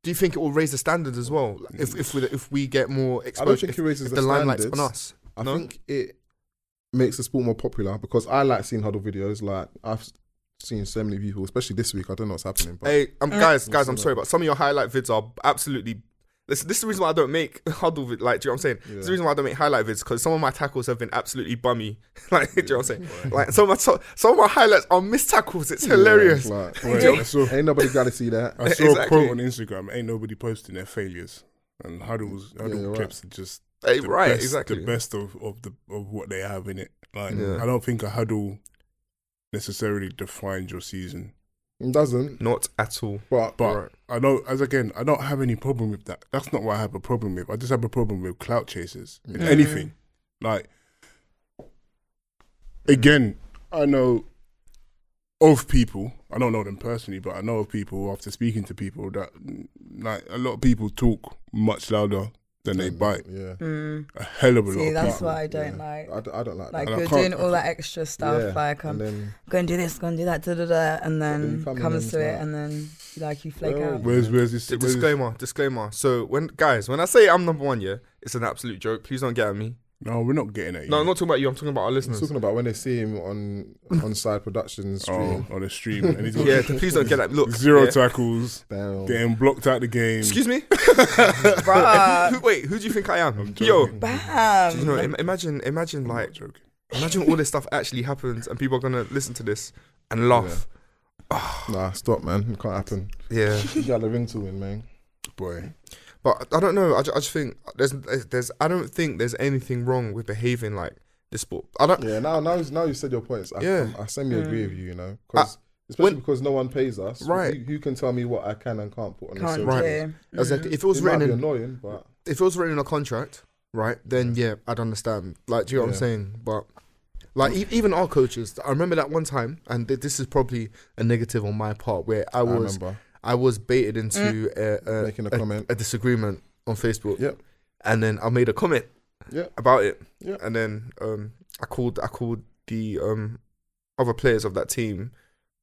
Speaker 2: do you think it will raise the standard as well? Like, If if we if we get more
Speaker 1: I don't
Speaker 2: exposure,
Speaker 1: think
Speaker 2: if,
Speaker 1: it raises
Speaker 2: if
Speaker 1: the,
Speaker 2: the limelight's
Speaker 1: standards.
Speaker 2: on us.
Speaker 1: I
Speaker 2: No?
Speaker 1: think it makes the sport more popular because I like seeing huddle videos. Like I've seen so many people, especially this week. I don't know what's happening, but
Speaker 2: Hey, um, guys,
Speaker 1: Mm.
Speaker 2: guys, I'm sorry, but some of your highlight vids are absolutely. This, this is the reason why I don't make huddle vid. Like, do you know what I'm saying? This is
Speaker 1: Yeah.
Speaker 2: the reason why I don't make highlight vids because some of my tackles have been absolutely bummy. (laughs) like, do you know what I'm
Speaker 4: Right.
Speaker 2: saying? Like, some of my so- some of my highlights are missed tackles. It's
Speaker 1: Yeah,
Speaker 2: hilarious.
Speaker 1: it's (laughs) like-
Speaker 4: Right, I saw,
Speaker 1: ain't nobody gotta see that. (laughs)
Speaker 4: I saw a
Speaker 2: Exactly.
Speaker 4: quote on Instagram: "Ain't nobody posting their failures." And huddles, huddle
Speaker 1: you're right.
Speaker 4: clips are just
Speaker 2: Hey,
Speaker 4: the
Speaker 2: right,
Speaker 4: best,
Speaker 2: exactly.
Speaker 4: the best of, of the of what they have in it. Like
Speaker 2: Yeah.
Speaker 4: I don't think a huddle necessarily defines your season.
Speaker 1: It doesn't.
Speaker 2: Not at all.
Speaker 1: But,
Speaker 4: But
Speaker 2: Right.
Speaker 4: I don't as again, I don't have any problem with that. That's not what I have a problem with. I just have a problem with clout chasers. in
Speaker 1: Mm.
Speaker 4: Anything. Like again, I know of people, I don't know them personally, but I know of people after speaking to people that mm, like a lot of people talk much louder than they bite.
Speaker 1: Yeah.
Speaker 3: Mm.
Speaker 4: A hell of a lot
Speaker 3: See,
Speaker 4: of
Speaker 3: that's
Speaker 4: people.
Speaker 3: what I don't
Speaker 1: Yeah.
Speaker 3: like.
Speaker 1: I, d- I don't like,
Speaker 3: Like
Speaker 4: And I
Speaker 3: you're
Speaker 4: can't-
Speaker 3: doing
Speaker 4: I
Speaker 3: all that extra
Speaker 1: that.
Speaker 3: stuff.
Speaker 1: Yeah.
Speaker 3: Like I'm
Speaker 1: and then,
Speaker 3: gonna do this, gonna do that, da da da, and
Speaker 1: then
Speaker 3: then
Speaker 1: you come in
Speaker 3: comes
Speaker 1: and
Speaker 3: to it,
Speaker 1: it's
Speaker 3: and then like you flake
Speaker 1: Well,
Speaker 3: out.
Speaker 4: Where's where's this
Speaker 2: So
Speaker 4: where's this-
Speaker 2: disclaimer, disclaimer. So when guys, when I say I'm number one, yeah, it's an absolute joke. Please don't get at me.
Speaker 4: No, we're not getting at you.
Speaker 2: No, I'm not talking about you. I'm talking about our
Speaker 1: I'm
Speaker 2: listeners.
Speaker 1: talking about when they see him
Speaker 3: (laughs)
Speaker 1: on on side productions
Speaker 4: oh,
Speaker 1: stream.
Speaker 4: on a stream. And he's got
Speaker 2: (laughs) yeah, please don't get at me.
Speaker 4: (laughs)
Speaker 2: Look,
Speaker 4: zero
Speaker 2: yeah.
Speaker 4: tackles,
Speaker 1: Damn.
Speaker 4: getting blocked out the game.
Speaker 2: Excuse me. (laughs)
Speaker 3: Bruh.
Speaker 2: Who- Wait, who do you think I am?
Speaker 4: I'm
Speaker 2: Yo,
Speaker 4: joking.
Speaker 3: Bam.
Speaker 2: you know, im- imagine, imagine
Speaker 4: I'm not
Speaker 2: like
Speaker 4: joking.
Speaker 2: Imagine all this stuff actually happens and people are gonna listen to this and laugh.
Speaker 1: Nah, stop, man. It can't happen.
Speaker 2: Yeah,
Speaker 1: You got a ring to win, man.
Speaker 4: boy.
Speaker 2: but I don't know. I just, I just think there's, there's there's I don't think there's anything wrong with behaving like this sport. I don't.
Speaker 1: Yeah. Now, now, now you said your points. I,
Speaker 2: Yeah.
Speaker 1: I semi
Speaker 3: Mm.
Speaker 1: agree with you. You know, 'cause- especially
Speaker 2: when-
Speaker 1: because no one pays us.
Speaker 2: Right.
Speaker 1: Who, who can tell me what I can and can't put on the
Speaker 3: Can't
Speaker 1: social?
Speaker 2: Right.
Speaker 1: media?
Speaker 3: do.
Speaker 2: as like,
Speaker 3: Mm.
Speaker 2: if it was
Speaker 1: It might
Speaker 2: written
Speaker 1: be
Speaker 2: in,
Speaker 1: annoying, but
Speaker 2: if it was written in a contract, right? Then yeah, I'd understand. Like, do you know what I'm
Speaker 1: Yeah.
Speaker 2: saying? But like e- even our coaches, I remember that one time, and th- this is probably a negative on my part where I
Speaker 1: I,
Speaker 2: was
Speaker 1: remember
Speaker 2: I, was baited into a, a,
Speaker 1: making a,
Speaker 2: a-
Speaker 1: comment.
Speaker 2: a disagreement on Facebook.
Speaker 1: Yep.
Speaker 2: And then I made a comment.
Speaker 1: Yep.
Speaker 2: About it.
Speaker 1: Yep.
Speaker 2: And then um, I called I called the um, other players of that team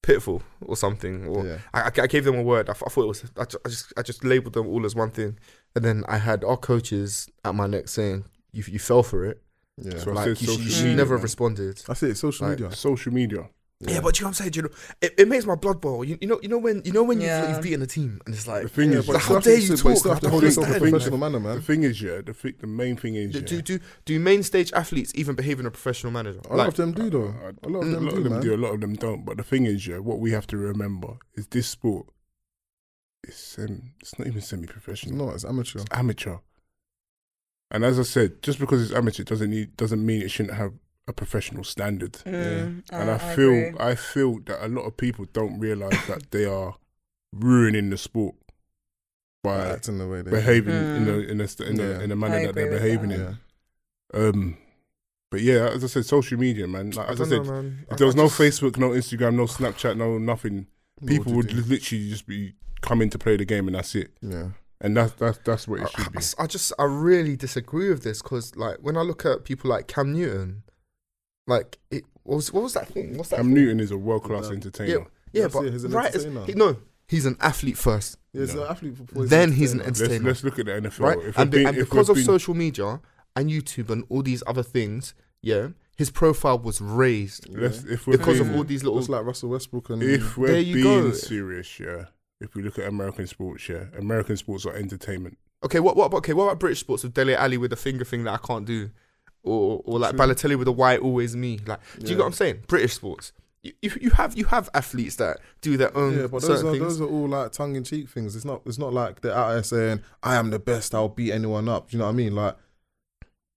Speaker 2: pitiful or something. Or
Speaker 1: yeah.
Speaker 2: I, I- I gave them a word. I, th- I thought it was. I ju- I just I just labeled them all as one thing. And then I had our coaches at my neck saying, "You you fell for it.
Speaker 1: Yeah.
Speaker 4: So- I
Speaker 2: like
Speaker 4: said
Speaker 2: you, sh- you
Speaker 4: social
Speaker 2: should
Speaker 3: media,
Speaker 2: never
Speaker 4: man.
Speaker 2: have responded."
Speaker 1: That's it. Social
Speaker 2: Like-
Speaker 1: media.
Speaker 4: Social media.
Speaker 2: Yeah. but you know what I'm saying. You know, it, it makes my blood boil. You, you know, you know when you know when you've,
Speaker 3: Yeah.
Speaker 2: you've beaten a team and it's like,
Speaker 4: The thing
Speaker 1: Yeah,
Speaker 4: is,
Speaker 1: but still
Speaker 2: how dare
Speaker 1: have to-
Speaker 2: you
Speaker 1: but still
Speaker 2: talk?
Speaker 1: have to
Speaker 2: I
Speaker 1: hold
Speaker 2: don't
Speaker 1: yourself in a
Speaker 2: understand.
Speaker 1: professional manner, man.
Speaker 4: the thing is, yeah, the, thi- the main thing is,
Speaker 2: Do,
Speaker 4: yeah,
Speaker 2: do do do main stage athletes even behave in a professional manner?
Speaker 1: A lot of them do though. A lot of
Speaker 4: Uh, a
Speaker 1: them
Speaker 4: lot
Speaker 1: do,
Speaker 4: of them
Speaker 1: man.
Speaker 4: do, a lot of them don't. But the thing is, yeah, what we have to remember is this sport it's um, it's not even semi-professional.
Speaker 1: No, it's amateur.
Speaker 4: It's amateur. And as I said, just because it's amateur doesn't need doesn't mean it shouldn't have a professional standard.
Speaker 3: Mm,
Speaker 4: and I, feel I feel that a lot of people don't realize that they are ruining the sport by
Speaker 1: Acting the way they
Speaker 4: behaving in
Speaker 3: Mm.
Speaker 4: the in the in,
Speaker 1: Yeah.
Speaker 4: the, in the
Speaker 3: I
Speaker 4: manner that they're
Speaker 3: agree with
Speaker 4: behaving
Speaker 3: that.
Speaker 1: Yeah.
Speaker 4: in. Um, but yeah, as I said, social media, man. Like, as I,
Speaker 2: don't
Speaker 4: said,
Speaker 2: know, man. I-
Speaker 4: if there was
Speaker 2: I
Speaker 4: no
Speaker 2: just-
Speaker 4: Facebook, no Instagram, no Snapchat, no nothing,
Speaker 1: What
Speaker 4: people
Speaker 1: you
Speaker 4: would
Speaker 1: do?
Speaker 4: literally just be coming to play the game, and that's it.
Speaker 1: Yeah.
Speaker 4: And that's that's that's what
Speaker 2: I,
Speaker 4: it should
Speaker 2: I
Speaker 4: be.
Speaker 2: s- I just I really disagree with this because like when I look at people like Cam Newton, like it what was what was that thing? What's that?
Speaker 4: Cam
Speaker 2: thing?
Speaker 4: Newton is a world class
Speaker 1: Yeah.
Speaker 4: entertainer.
Speaker 2: Yeah,
Speaker 1: That's
Speaker 2: but
Speaker 1: it, he's an
Speaker 2: right,
Speaker 1: entertainer.
Speaker 2: it's- he- no, he's an athlete first.
Speaker 1: Yeah, he's
Speaker 4: No.
Speaker 1: an athlete for poison.
Speaker 2: Then he's an
Speaker 1: entertainer.
Speaker 4: Let's,
Speaker 2: entertainer,
Speaker 4: let's look at the NFL.
Speaker 2: right?
Speaker 4: If we're
Speaker 2: and be-
Speaker 4: being-
Speaker 2: and
Speaker 4: if we're
Speaker 2: because of
Speaker 4: being-
Speaker 2: social media and YouTube and all these other things, yeah, his profile was raised
Speaker 4: let's, if we're
Speaker 2: because of
Speaker 4: being-
Speaker 2: all these little.
Speaker 1: It's like Russell Westbrook and
Speaker 4: If we're
Speaker 2: There you
Speaker 4: being
Speaker 2: go.
Speaker 4: serious, yeah. If we look at American sports, yeah, American sports are entertainment.
Speaker 2: okay, what what okay? What about British sports with Dele Alli with the finger thing that I can't do, or or like
Speaker 4: True.
Speaker 2: Balotelli with the why always me? Like, do you
Speaker 1: Yeah.
Speaker 2: get what I'm saying? British sports. You, you you have you have athletes that do their own
Speaker 1: yeah, but those
Speaker 2: certain
Speaker 1: are,
Speaker 2: things.
Speaker 1: those are all like tongue in cheek things. It's not it's not like they're out there saying I am the best. I'll beat anyone up. Do you know what I mean? Like,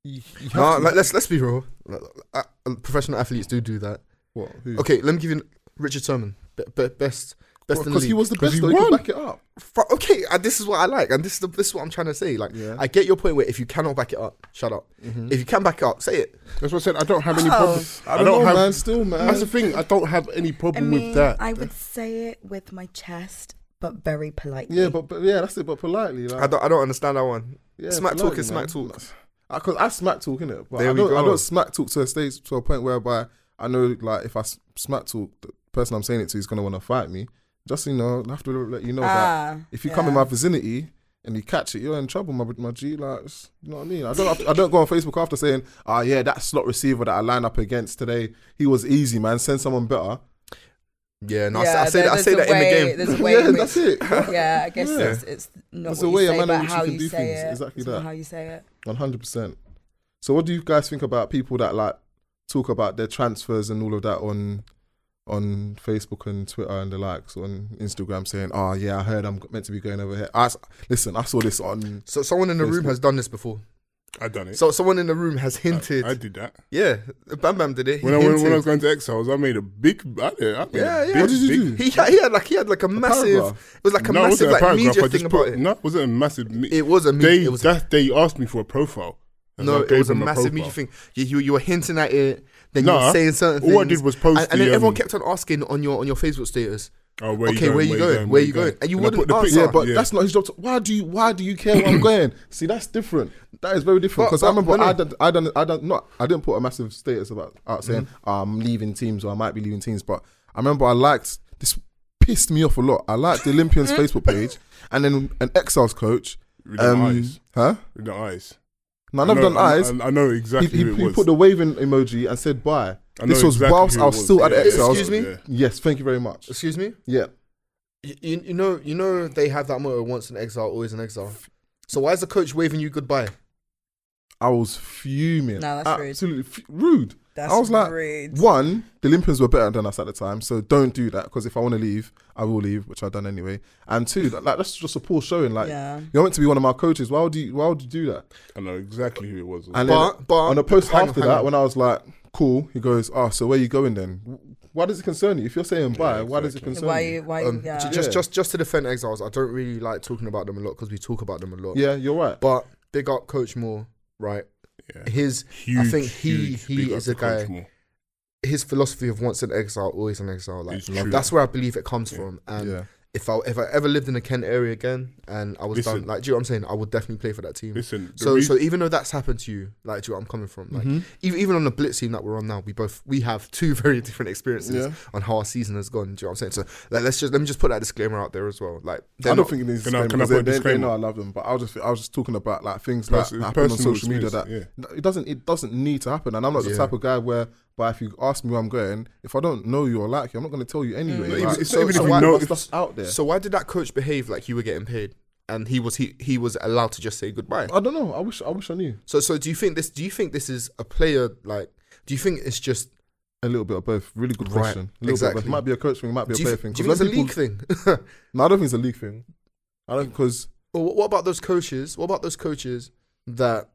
Speaker 1: you, you have
Speaker 2: Nah,
Speaker 1: to-
Speaker 2: like, let's let's be real. Like, uh, uh, Professional athletes do do that.
Speaker 1: what? Who?
Speaker 2: Okay, let me give you Richard Sherman, be, be, best best in the
Speaker 1: because
Speaker 2: league.
Speaker 1: he was the
Speaker 4: 'Cause
Speaker 1: best.
Speaker 4: he
Speaker 1: Though. You can
Speaker 4: won.
Speaker 1: back it up.
Speaker 2: Fu- okay, and this is what I like, and this is the, this is what I'm trying to say. Like,
Speaker 1: Yeah.
Speaker 2: I get your point where if you cannot back it up, shut up.
Speaker 4: Hmm?
Speaker 2: If you can back it up, say it.
Speaker 4: That's what I said. I don't have any
Speaker 3: Oh.
Speaker 4: problem.
Speaker 1: Mm-hmm. I don't, know,
Speaker 4: have.
Speaker 1: man. Still, man.
Speaker 4: That's the thing. I don't have any
Speaker 3: I
Speaker 4: problem
Speaker 3: mean,
Speaker 4: with that.
Speaker 3: I would say it with my chest, but very politely.
Speaker 1: yeah, but, but yeah, that's it. But politely, like,
Speaker 2: I don't I don't understand that one.
Speaker 1: yeah,
Speaker 2: smack talk
Speaker 1: politely,
Speaker 2: is
Speaker 1: man.
Speaker 2: smack talk.
Speaker 1: because I smack talk in it, but
Speaker 2: There
Speaker 1: I
Speaker 2: we
Speaker 1: don't, I
Speaker 2: go.
Speaker 1: don't smack talk to a stage to a point whereby I know like if I s- smack talk, the person I'm saying it to is gonna want to fight me. Just you know, I have to let you know
Speaker 2: Ah,
Speaker 1: that
Speaker 3: Ah,
Speaker 1: if you come in my vicinity and you catch it, you're in trouble, my my G. Like it's- you know what I mean. I don't have to- I don't go on Facebook after saying, ah yeah, that slot receiver that I lined up against today, he was easy, man. Send someone better.
Speaker 2: Yeah, no, I s- I, say that I say that in the game.
Speaker 3: (laughs) There's a
Speaker 1: (laughs)
Speaker 3: way.
Speaker 1: yeah,
Speaker 3: in which-
Speaker 1: that's it.
Speaker 3: yeah, I guess
Speaker 1: Yeah.
Speaker 3: it's, it's not
Speaker 1: There's
Speaker 3: what
Speaker 1: a way
Speaker 3: you
Speaker 1: a
Speaker 3: say,
Speaker 1: man in
Speaker 3: but
Speaker 1: which you
Speaker 3: how
Speaker 1: can
Speaker 3: you
Speaker 1: do
Speaker 3: say
Speaker 1: things.
Speaker 3: it.
Speaker 1: Exactly
Speaker 3: It's not
Speaker 1: that.
Speaker 3: How you say it.
Speaker 1: One hundred percent. So, what do you guys think about people that like talk about their transfers and all of that on on Facebook and Twitter and the likes on Instagram, saying, "Oh yeah, I heard I'm meant to be going over here." I s- listen. I saw this on.
Speaker 2: So someone in the room
Speaker 1: Facebook.
Speaker 2: has done this before.
Speaker 4: I done it.
Speaker 2: So someone in the room has hinted.
Speaker 4: I, I did that.
Speaker 2: yeah, Bam Bam did it. He
Speaker 4: When I, when, when I
Speaker 2: hinted.
Speaker 4: was going to exiles, I made a big. I did, I made
Speaker 2: Yeah,
Speaker 4: a
Speaker 2: yeah.
Speaker 4: Big,
Speaker 2: What
Speaker 1: did you
Speaker 4: big-
Speaker 1: do?
Speaker 2: he, had, he had like he had like a, massive.
Speaker 1: paragraph.
Speaker 2: It was like a
Speaker 4: no, it
Speaker 2: massive
Speaker 4: wasn't a
Speaker 2: like
Speaker 4: paragraph.
Speaker 2: media
Speaker 4: I just
Speaker 2: thing about
Speaker 4: put,
Speaker 2: it.
Speaker 4: No, it wasn't a massive. Me-
Speaker 2: It was a
Speaker 4: they
Speaker 2: media. It was a
Speaker 4: that they asked me for a profile. and I
Speaker 2: No, it
Speaker 4: gave
Speaker 2: was a
Speaker 4: them
Speaker 2: massive media
Speaker 4: profile.
Speaker 2: thing. You, you you were hinting at it, then you
Speaker 4: Nah,
Speaker 2: were saying certain things.
Speaker 4: all I did was post
Speaker 2: and, and then
Speaker 4: the,
Speaker 2: everyone
Speaker 4: um,
Speaker 2: kept on asking on your on your Facebook status.
Speaker 4: Oh, where you
Speaker 2: Okay,
Speaker 4: going?
Speaker 2: where you going? Where you going? And you
Speaker 4: I
Speaker 2: wouldn't
Speaker 4: put the
Speaker 2: answer.
Speaker 4: picture-
Speaker 2: Yeah,
Speaker 1: Yeah, but that's not his job. To, why do you Why do you care
Speaker 4: (clears throat)
Speaker 1: where I'm going? See, that's different. That is very different.
Speaker 2: But-
Speaker 1: Because I
Speaker 2: but-
Speaker 1: remember
Speaker 2: but no.
Speaker 1: I done, I done, I done, not I didn't put a massive status about out
Speaker 4: Mm.
Speaker 1: saying "Oh, I'm leaving teams or I might be leaving teams, but I remember I liked this pissed me off a lot. I liked the
Speaker 4: (laughs)
Speaker 1: Olympians Facebook page, and then an exiles coach.
Speaker 4: With the
Speaker 1: Um,
Speaker 4: eyes.
Speaker 1: huh?
Speaker 4: With the eyes.
Speaker 1: No, I never
Speaker 4: know-
Speaker 1: done eyes.
Speaker 4: I, I know
Speaker 1: he,
Speaker 4: exactly
Speaker 1: he,
Speaker 4: who it
Speaker 1: he
Speaker 4: was.
Speaker 1: put the waving emoji and said bye.
Speaker 4: I know
Speaker 1: This was
Speaker 4: exactly
Speaker 1: whilst
Speaker 4: who
Speaker 1: I
Speaker 4: it
Speaker 1: was still at the Excel.
Speaker 2: Excuse me?
Speaker 4: Yeah.
Speaker 1: Yes, thank you very much.
Speaker 2: Excuse me.
Speaker 1: Yeah,
Speaker 2: You, you you know you know they have that motto: once in exile, always in exile. So why is the coach waving you goodbye?
Speaker 1: I was fuming.
Speaker 3: No, that's rude.
Speaker 1: Absolutely f- rude.
Speaker 3: That's
Speaker 1: I was like,
Speaker 3: rude.
Speaker 1: One, the Olympians were better than us at the time, so don't do that. Because if I want to leave, I will leave, which I've done anyway. And two, that, like that's just a poor showing. Like
Speaker 3: yeah.
Speaker 1: you're meant to be one of my coaches. Why would you? Why would you do that?
Speaker 4: I know exactly who it was.
Speaker 1: And then
Speaker 2: But but
Speaker 1: on a post
Speaker 2: Oh, hang on,
Speaker 1: after
Speaker 2: hang
Speaker 1: that,
Speaker 2: on.
Speaker 1: when I was like, cool, he goes, ah, so where you going then? Why does it concern you? If you're saying bye, why does it
Speaker 4: exactly.
Speaker 1: concern
Speaker 3: Why?
Speaker 1: you?
Speaker 3: You, why? you-
Speaker 2: Um,
Speaker 3: yeah.
Speaker 2: j- just
Speaker 1: Yeah.
Speaker 2: just just to defend exiles, I don't really like talking about them a lot because we talk about them a lot.
Speaker 1: Yeah, you're right.
Speaker 2: But big up Coach Moore, right?
Speaker 4: Yeah.
Speaker 2: His
Speaker 4: huge,
Speaker 2: I think he-
Speaker 4: huge
Speaker 2: he
Speaker 4: big up
Speaker 2: is
Speaker 4: to
Speaker 2: a guy-
Speaker 4: Coach Moore.
Speaker 2: his philosophy of once in exile, always in exile. Like
Speaker 4: It's true.
Speaker 2: that's where I believe it comes
Speaker 4: Yeah.
Speaker 2: from. And
Speaker 1: yeah,
Speaker 2: if I if I ever lived in the Kent area again and I was done,
Speaker 4: Listen.
Speaker 2: like, do you know what I'm saying? I would definitely play for that team.
Speaker 4: Listen, the
Speaker 2: so
Speaker 4: rea-
Speaker 2: so even though that's happened to you, like, do you know where I'm coming from? Like,
Speaker 1: Mhm.
Speaker 2: even even on the Blitz team that we're on now, we both we have two (laughs) very different experiences
Speaker 1: yeah.
Speaker 2: on how our season has gone. Do you know what I'm saying? So like, let's just let me just put that disclaimer out there as well. Like, they're
Speaker 1: I don't
Speaker 2: not-
Speaker 1: think it needs
Speaker 4: Can I-
Speaker 1: disclaimer.
Speaker 4: can I
Speaker 1: 'cause they-
Speaker 4: put a
Speaker 1: they, they
Speaker 4: disclaimer?
Speaker 1: know I love them, but I was just I was just talking about like things
Speaker 4: pers-
Speaker 1: that happen on
Speaker 4: personal
Speaker 1: social media that
Speaker 4: experience,
Speaker 1: it doesn't it doesn't need to happen and i'm not the
Speaker 2: Yeah.
Speaker 1: type of guy where but if you ask me where i'm going if i don't know you or like you i'm not going to tell you anyway
Speaker 4: But
Speaker 3: Mm.
Speaker 1: Like,
Speaker 4: even-
Speaker 1: so
Speaker 4: it's
Speaker 2: not even
Speaker 1: it's
Speaker 2: if you
Speaker 1: why
Speaker 2: know-
Speaker 1: my stuff's out there
Speaker 2: So why did that coach behave like you were getting paid and he was he he was allowed to just say goodbye?
Speaker 1: i don't know i wish i wish i knew
Speaker 2: So so do you think this do you think this is a player like do you think it's just
Speaker 1: a little bit of both really good
Speaker 2: Right.
Speaker 1: question a little bit of both.
Speaker 2: Exactly.
Speaker 1: might be a coach thing might be a
Speaker 2: do you,
Speaker 1: player
Speaker 2: do
Speaker 1: thing
Speaker 2: you
Speaker 1: 'Cause
Speaker 2: think it's a
Speaker 1: when people-
Speaker 2: league thing? (laughs)
Speaker 1: no i don't think it's a league thing I don't because
Speaker 2: Well, what- what about those coaches? What about those coaches that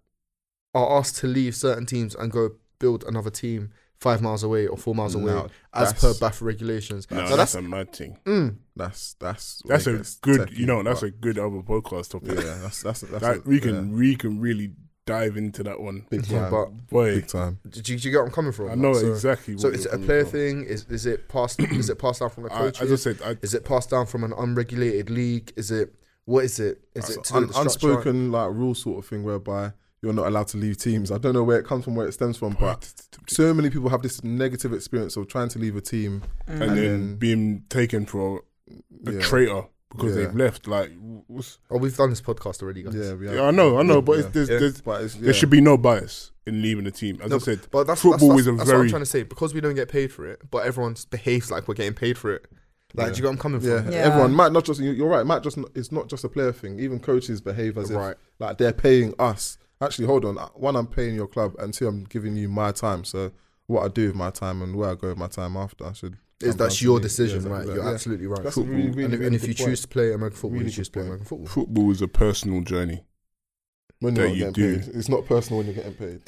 Speaker 2: are asked to leave certain teams and go build another team five miles away or four miles away
Speaker 1: No,
Speaker 2: as per
Speaker 1: that's-
Speaker 2: BAF regulations?
Speaker 4: No,
Speaker 2: Now,
Speaker 4: that's, a mad thing.
Speaker 2: mm,
Speaker 1: that's that's
Speaker 4: That's
Speaker 1: where it
Speaker 4: a
Speaker 1: gets
Speaker 4: good,
Speaker 1: techie,
Speaker 4: you know, that's
Speaker 1: but-
Speaker 4: a good other podcast topic.
Speaker 1: yeah. That's that's that's
Speaker 4: Like,
Speaker 1: a-
Speaker 4: we can
Speaker 1: yeah,
Speaker 4: we can really dive into that one.
Speaker 1: big
Speaker 2: yeah,
Speaker 1: time,
Speaker 2: but
Speaker 4: Boy,
Speaker 1: big time.
Speaker 2: do, do you get where I'm coming from?
Speaker 4: I know
Speaker 2: so,
Speaker 4: exactly.
Speaker 2: So
Speaker 4: what
Speaker 2: is
Speaker 4: you're
Speaker 2: it a
Speaker 4: coming
Speaker 2: player
Speaker 4: from.
Speaker 2: thing? Is is
Speaker 4: (clears throat)
Speaker 2: it passed? is it passed down from the
Speaker 4: I,
Speaker 2: coaches?
Speaker 4: as I said, I,
Speaker 2: is it passed down from an unregulated league? Is it what is it? Is it to do
Speaker 1: Un-
Speaker 2: with the structure?
Speaker 1: unspoken like rule sort of thing whereby you're not allowed to leave teams. I don't know where it comes from, where it stems from, but so many people have this negative experience of trying to leave a team.
Speaker 3: Mm.
Speaker 4: and,
Speaker 1: and
Speaker 4: then,
Speaker 1: then-
Speaker 4: being taken for a
Speaker 1: yeah,
Speaker 4: traitor because
Speaker 1: Yeah.
Speaker 4: they've left. Like, what's,
Speaker 2: Oh, we've done this podcast already, guys.
Speaker 1: yeah, we have-
Speaker 4: yeah, I know, I know, but it's,
Speaker 1: yeah.
Speaker 4: there's,
Speaker 5: Yeah.
Speaker 4: there's,
Speaker 1: but it's, yeah.
Speaker 4: there should be no bias in leaving the team. As
Speaker 2: No,
Speaker 4: I said,
Speaker 2: But that's
Speaker 4: Football
Speaker 2: that's,
Speaker 4: is a
Speaker 2: that's, that's what I'm
Speaker 4: very-
Speaker 2: trying to say because we don't get paid for it, but everyone behaves like we're getting paid for it. Like,
Speaker 1: Yeah.
Speaker 2: do you get what I'm coming
Speaker 1: Yeah,
Speaker 2: from?
Speaker 3: Yeah.
Speaker 1: everyone might not just. you- You're right. Might just. not- It's not just a player thing. Even coaches behave as if
Speaker 2: Right.
Speaker 1: like they're paying us. Actually, hold on. One, I'm paying your club, and two, I'm giving you my time. So what I do with my time and where I go with my time after, I should. come
Speaker 2: Is
Speaker 1: down
Speaker 2: that's
Speaker 1: to
Speaker 2: your
Speaker 1: me.
Speaker 2: decision,
Speaker 1: Yeah,
Speaker 2: right?
Speaker 1: exactly
Speaker 2: You're
Speaker 1: that.
Speaker 2: absolutely right.
Speaker 1: That's a
Speaker 2: football.
Speaker 1: really, really,
Speaker 2: and if, and
Speaker 1: really
Speaker 2: if you
Speaker 1: good point.
Speaker 2: choose to play American football,
Speaker 1: Really
Speaker 2: you choose
Speaker 1: good
Speaker 2: to play
Speaker 1: point.
Speaker 2: American football.
Speaker 4: football is a personal journey.
Speaker 1: when you're
Speaker 4: that
Speaker 1: not
Speaker 4: you
Speaker 1: getting
Speaker 4: do.
Speaker 1: paid, it's not personal when you're getting paid.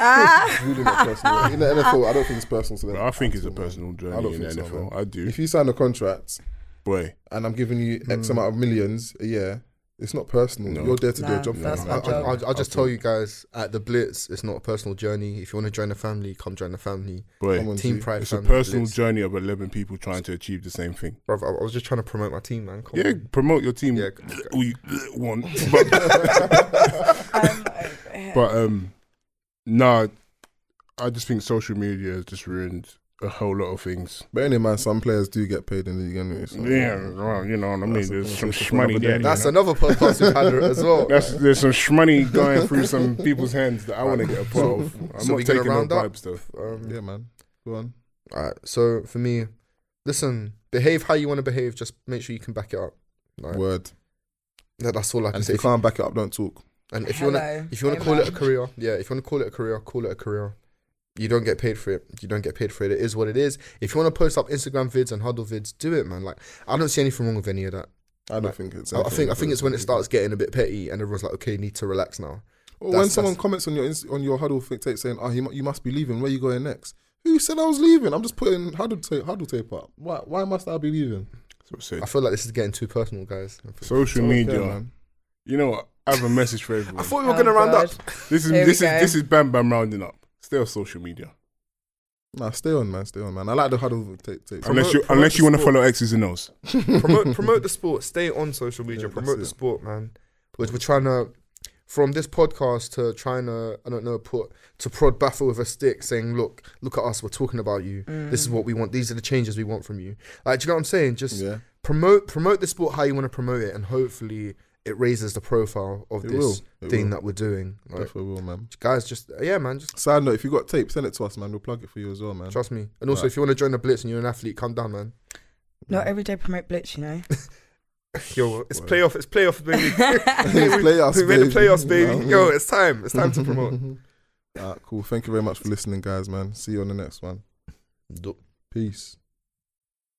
Speaker 3: Ah.
Speaker 1: (laughs) It's really not
Speaker 3: (laughs)
Speaker 1: personal. In the NFL, I don't think it's personal to them.
Speaker 4: But I think it's a
Speaker 1: at all, man.
Speaker 4: personal
Speaker 1: I
Speaker 4: journey
Speaker 1: don't
Speaker 4: in the
Speaker 1: think so,
Speaker 4: NFL. I
Speaker 2: (laughs)
Speaker 4: do.
Speaker 1: If you sign a contract
Speaker 4: Boy,
Speaker 1: and I'm giving you X
Speaker 2: Mm.
Speaker 1: amount of millions a year, it's not personal.
Speaker 4: No.
Speaker 1: You're there to do a
Speaker 3: Nah,
Speaker 1: job for
Speaker 3: that's (laughs)
Speaker 1: (laughs) me.
Speaker 3: Um, my
Speaker 1: I- I-
Speaker 3: job.
Speaker 2: I'll, I'll, I'll just
Speaker 1: I
Speaker 2: tell
Speaker 1: think-
Speaker 2: you guys at the Blitz, it's not a personal journey. If you want to join the family, come join the family.
Speaker 4: boy,
Speaker 1: Come on,
Speaker 2: Team
Speaker 1: G.
Speaker 2: pride,
Speaker 4: it's a
Speaker 2: family,
Speaker 4: personal
Speaker 2: Blitz.
Speaker 4: journey of eleven people trying to achieve the same thing.
Speaker 2: Bruv, I I was just trying to promote my team, man. Come
Speaker 4: Yeah,
Speaker 2: on.
Speaker 4: promote your (laughs) team.
Speaker 2: Yeah.
Speaker 4: all you want,
Speaker 3: Um,
Speaker 1: (laughs)
Speaker 4: but,
Speaker 3: I'm over here.
Speaker 4: but um, nah, I just think social media has just ruined a whole lot of things.
Speaker 1: Bearing in mind, some players do get paid in the league anyway. So
Speaker 4: Yeah, well, you know what I mean.
Speaker 1: That's a
Speaker 4: There's some
Speaker 1: conversation for another
Speaker 4: shmoney there.
Speaker 1: day.
Speaker 2: That's another podcast we've
Speaker 1: (laughs)
Speaker 2: had as well.
Speaker 4: That's, there's some
Speaker 2: (laughs)
Speaker 4: shmoney going through some people's hands that I want to get a part of. I'm
Speaker 2: So we
Speaker 4: not
Speaker 2: gonna
Speaker 4: taking no
Speaker 2: round up?
Speaker 4: vibes though.
Speaker 2: Um,
Speaker 1: Yeah, man. Go on.
Speaker 2: All right. So for me, listen, behave how you want to behave. Just make sure you can back it up. Like,
Speaker 1: Word.
Speaker 2: that- that's all I can
Speaker 1: And if
Speaker 2: say.
Speaker 1: you can't back it up, don't talk.
Speaker 2: and if you want to,
Speaker 3: Hello.
Speaker 2: if you want to
Speaker 3: Hey,
Speaker 2: call it a
Speaker 3: man.
Speaker 2: career, yeah, if you want to call it a career, call it a career. You don't get paid for it. You don't get paid for it. It is what it is. If you want to post up Instagram vids and huddle vids, do it, man. Like I don't see anything wrong with any of that.
Speaker 1: I don't
Speaker 2: Like,
Speaker 1: think it's.
Speaker 2: I, I think I think it's when it starts getting a bit petty and everyone's like, okay, need to relax now.
Speaker 1: Or when
Speaker 2: that's-
Speaker 1: someone
Speaker 2: that's-
Speaker 1: comments on your ins- on your huddle fake tape saying, "Oh, you, mu- you must be leaving. Where you going next?" Who said I was leaving? I'm just putting huddle tape huddle tape up. Why why must I be leaving?
Speaker 4: So I said,
Speaker 2: I feel like this is getting too personal, guys.
Speaker 4: social
Speaker 1: Don't care,
Speaker 4: media.
Speaker 1: man.
Speaker 4: You know what? I have a message for everyone.
Speaker 2: thought
Speaker 3: we were gonna Oh, round God.
Speaker 4: This is
Speaker 3: There we
Speaker 4: this is
Speaker 3: go.
Speaker 4: this is Bam Bam rounding up. Stay on social media
Speaker 1: Nah, stay on, man. Stay on, man. I like the huddle tape tape.
Speaker 2: Promote-
Speaker 4: unless you
Speaker 2: promote
Speaker 4: unless
Speaker 2: the
Speaker 4: you want to
Speaker 2: sport.
Speaker 4: follow X's and O's.
Speaker 1: (laughs)
Speaker 2: (laughs) promote promote the sport. Stay on social media.
Speaker 1: Yeah, that's
Speaker 2: promote the
Speaker 1: it.
Speaker 2: sport, man. We're, we're trying to from this podcast to trying to I don't know put to prod Baffle with a stick, saying, "Look, look at us. We're talking about you. This
Speaker 3: Mm.
Speaker 2: is what we want. These are the changes we want from you." Like, do you know what I'm saying? Just
Speaker 1: Yeah,
Speaker 2: promote promote the sport how you want to promote it, and hopefully it raises the profile of
Speaker 1: It
Speaker 2: this
Speaker 1: will. It
Speaker 2: thing
Speaker 1: will.
Speaker 2: that we're doing. Like,
Speaker 1: definitely will, man.
Speaker 2: guys, just yeah, man, just
Speaker 1: Side note: If you got tape, send it to us, man. We'll plug it for you as well, man.
Speaker 2: trust me. And also,
Speaker 1: Right.
Speaker 2: if you want to join the Blitz and you're an athlete, come down, man.
Speaker 3: Mm. Not every day promote Blitz, you know.
Speaker 2: Yo, it's
Speaker 1: Word.
Speaker 2: playoff. It's playoff, baby.
Speaker 1: (laughs) It's
Speaker 2: (laughs) we,
Speaker 1: playoffs,
Speaker 2: we made the
Speaker 1: baby.
Speaker 2: playoffs,
Speaker 1: (laughs)
Speaker 2: baby.
Speaker 1: Yeah.
Speaker 2: Yo, it's time. It's
Speaker 1: (laughs)
Speaker 2: time to promote.
Speaker 1: Ah, cool. Thank you very much for listening, guys, man. See you on the next one. Peace.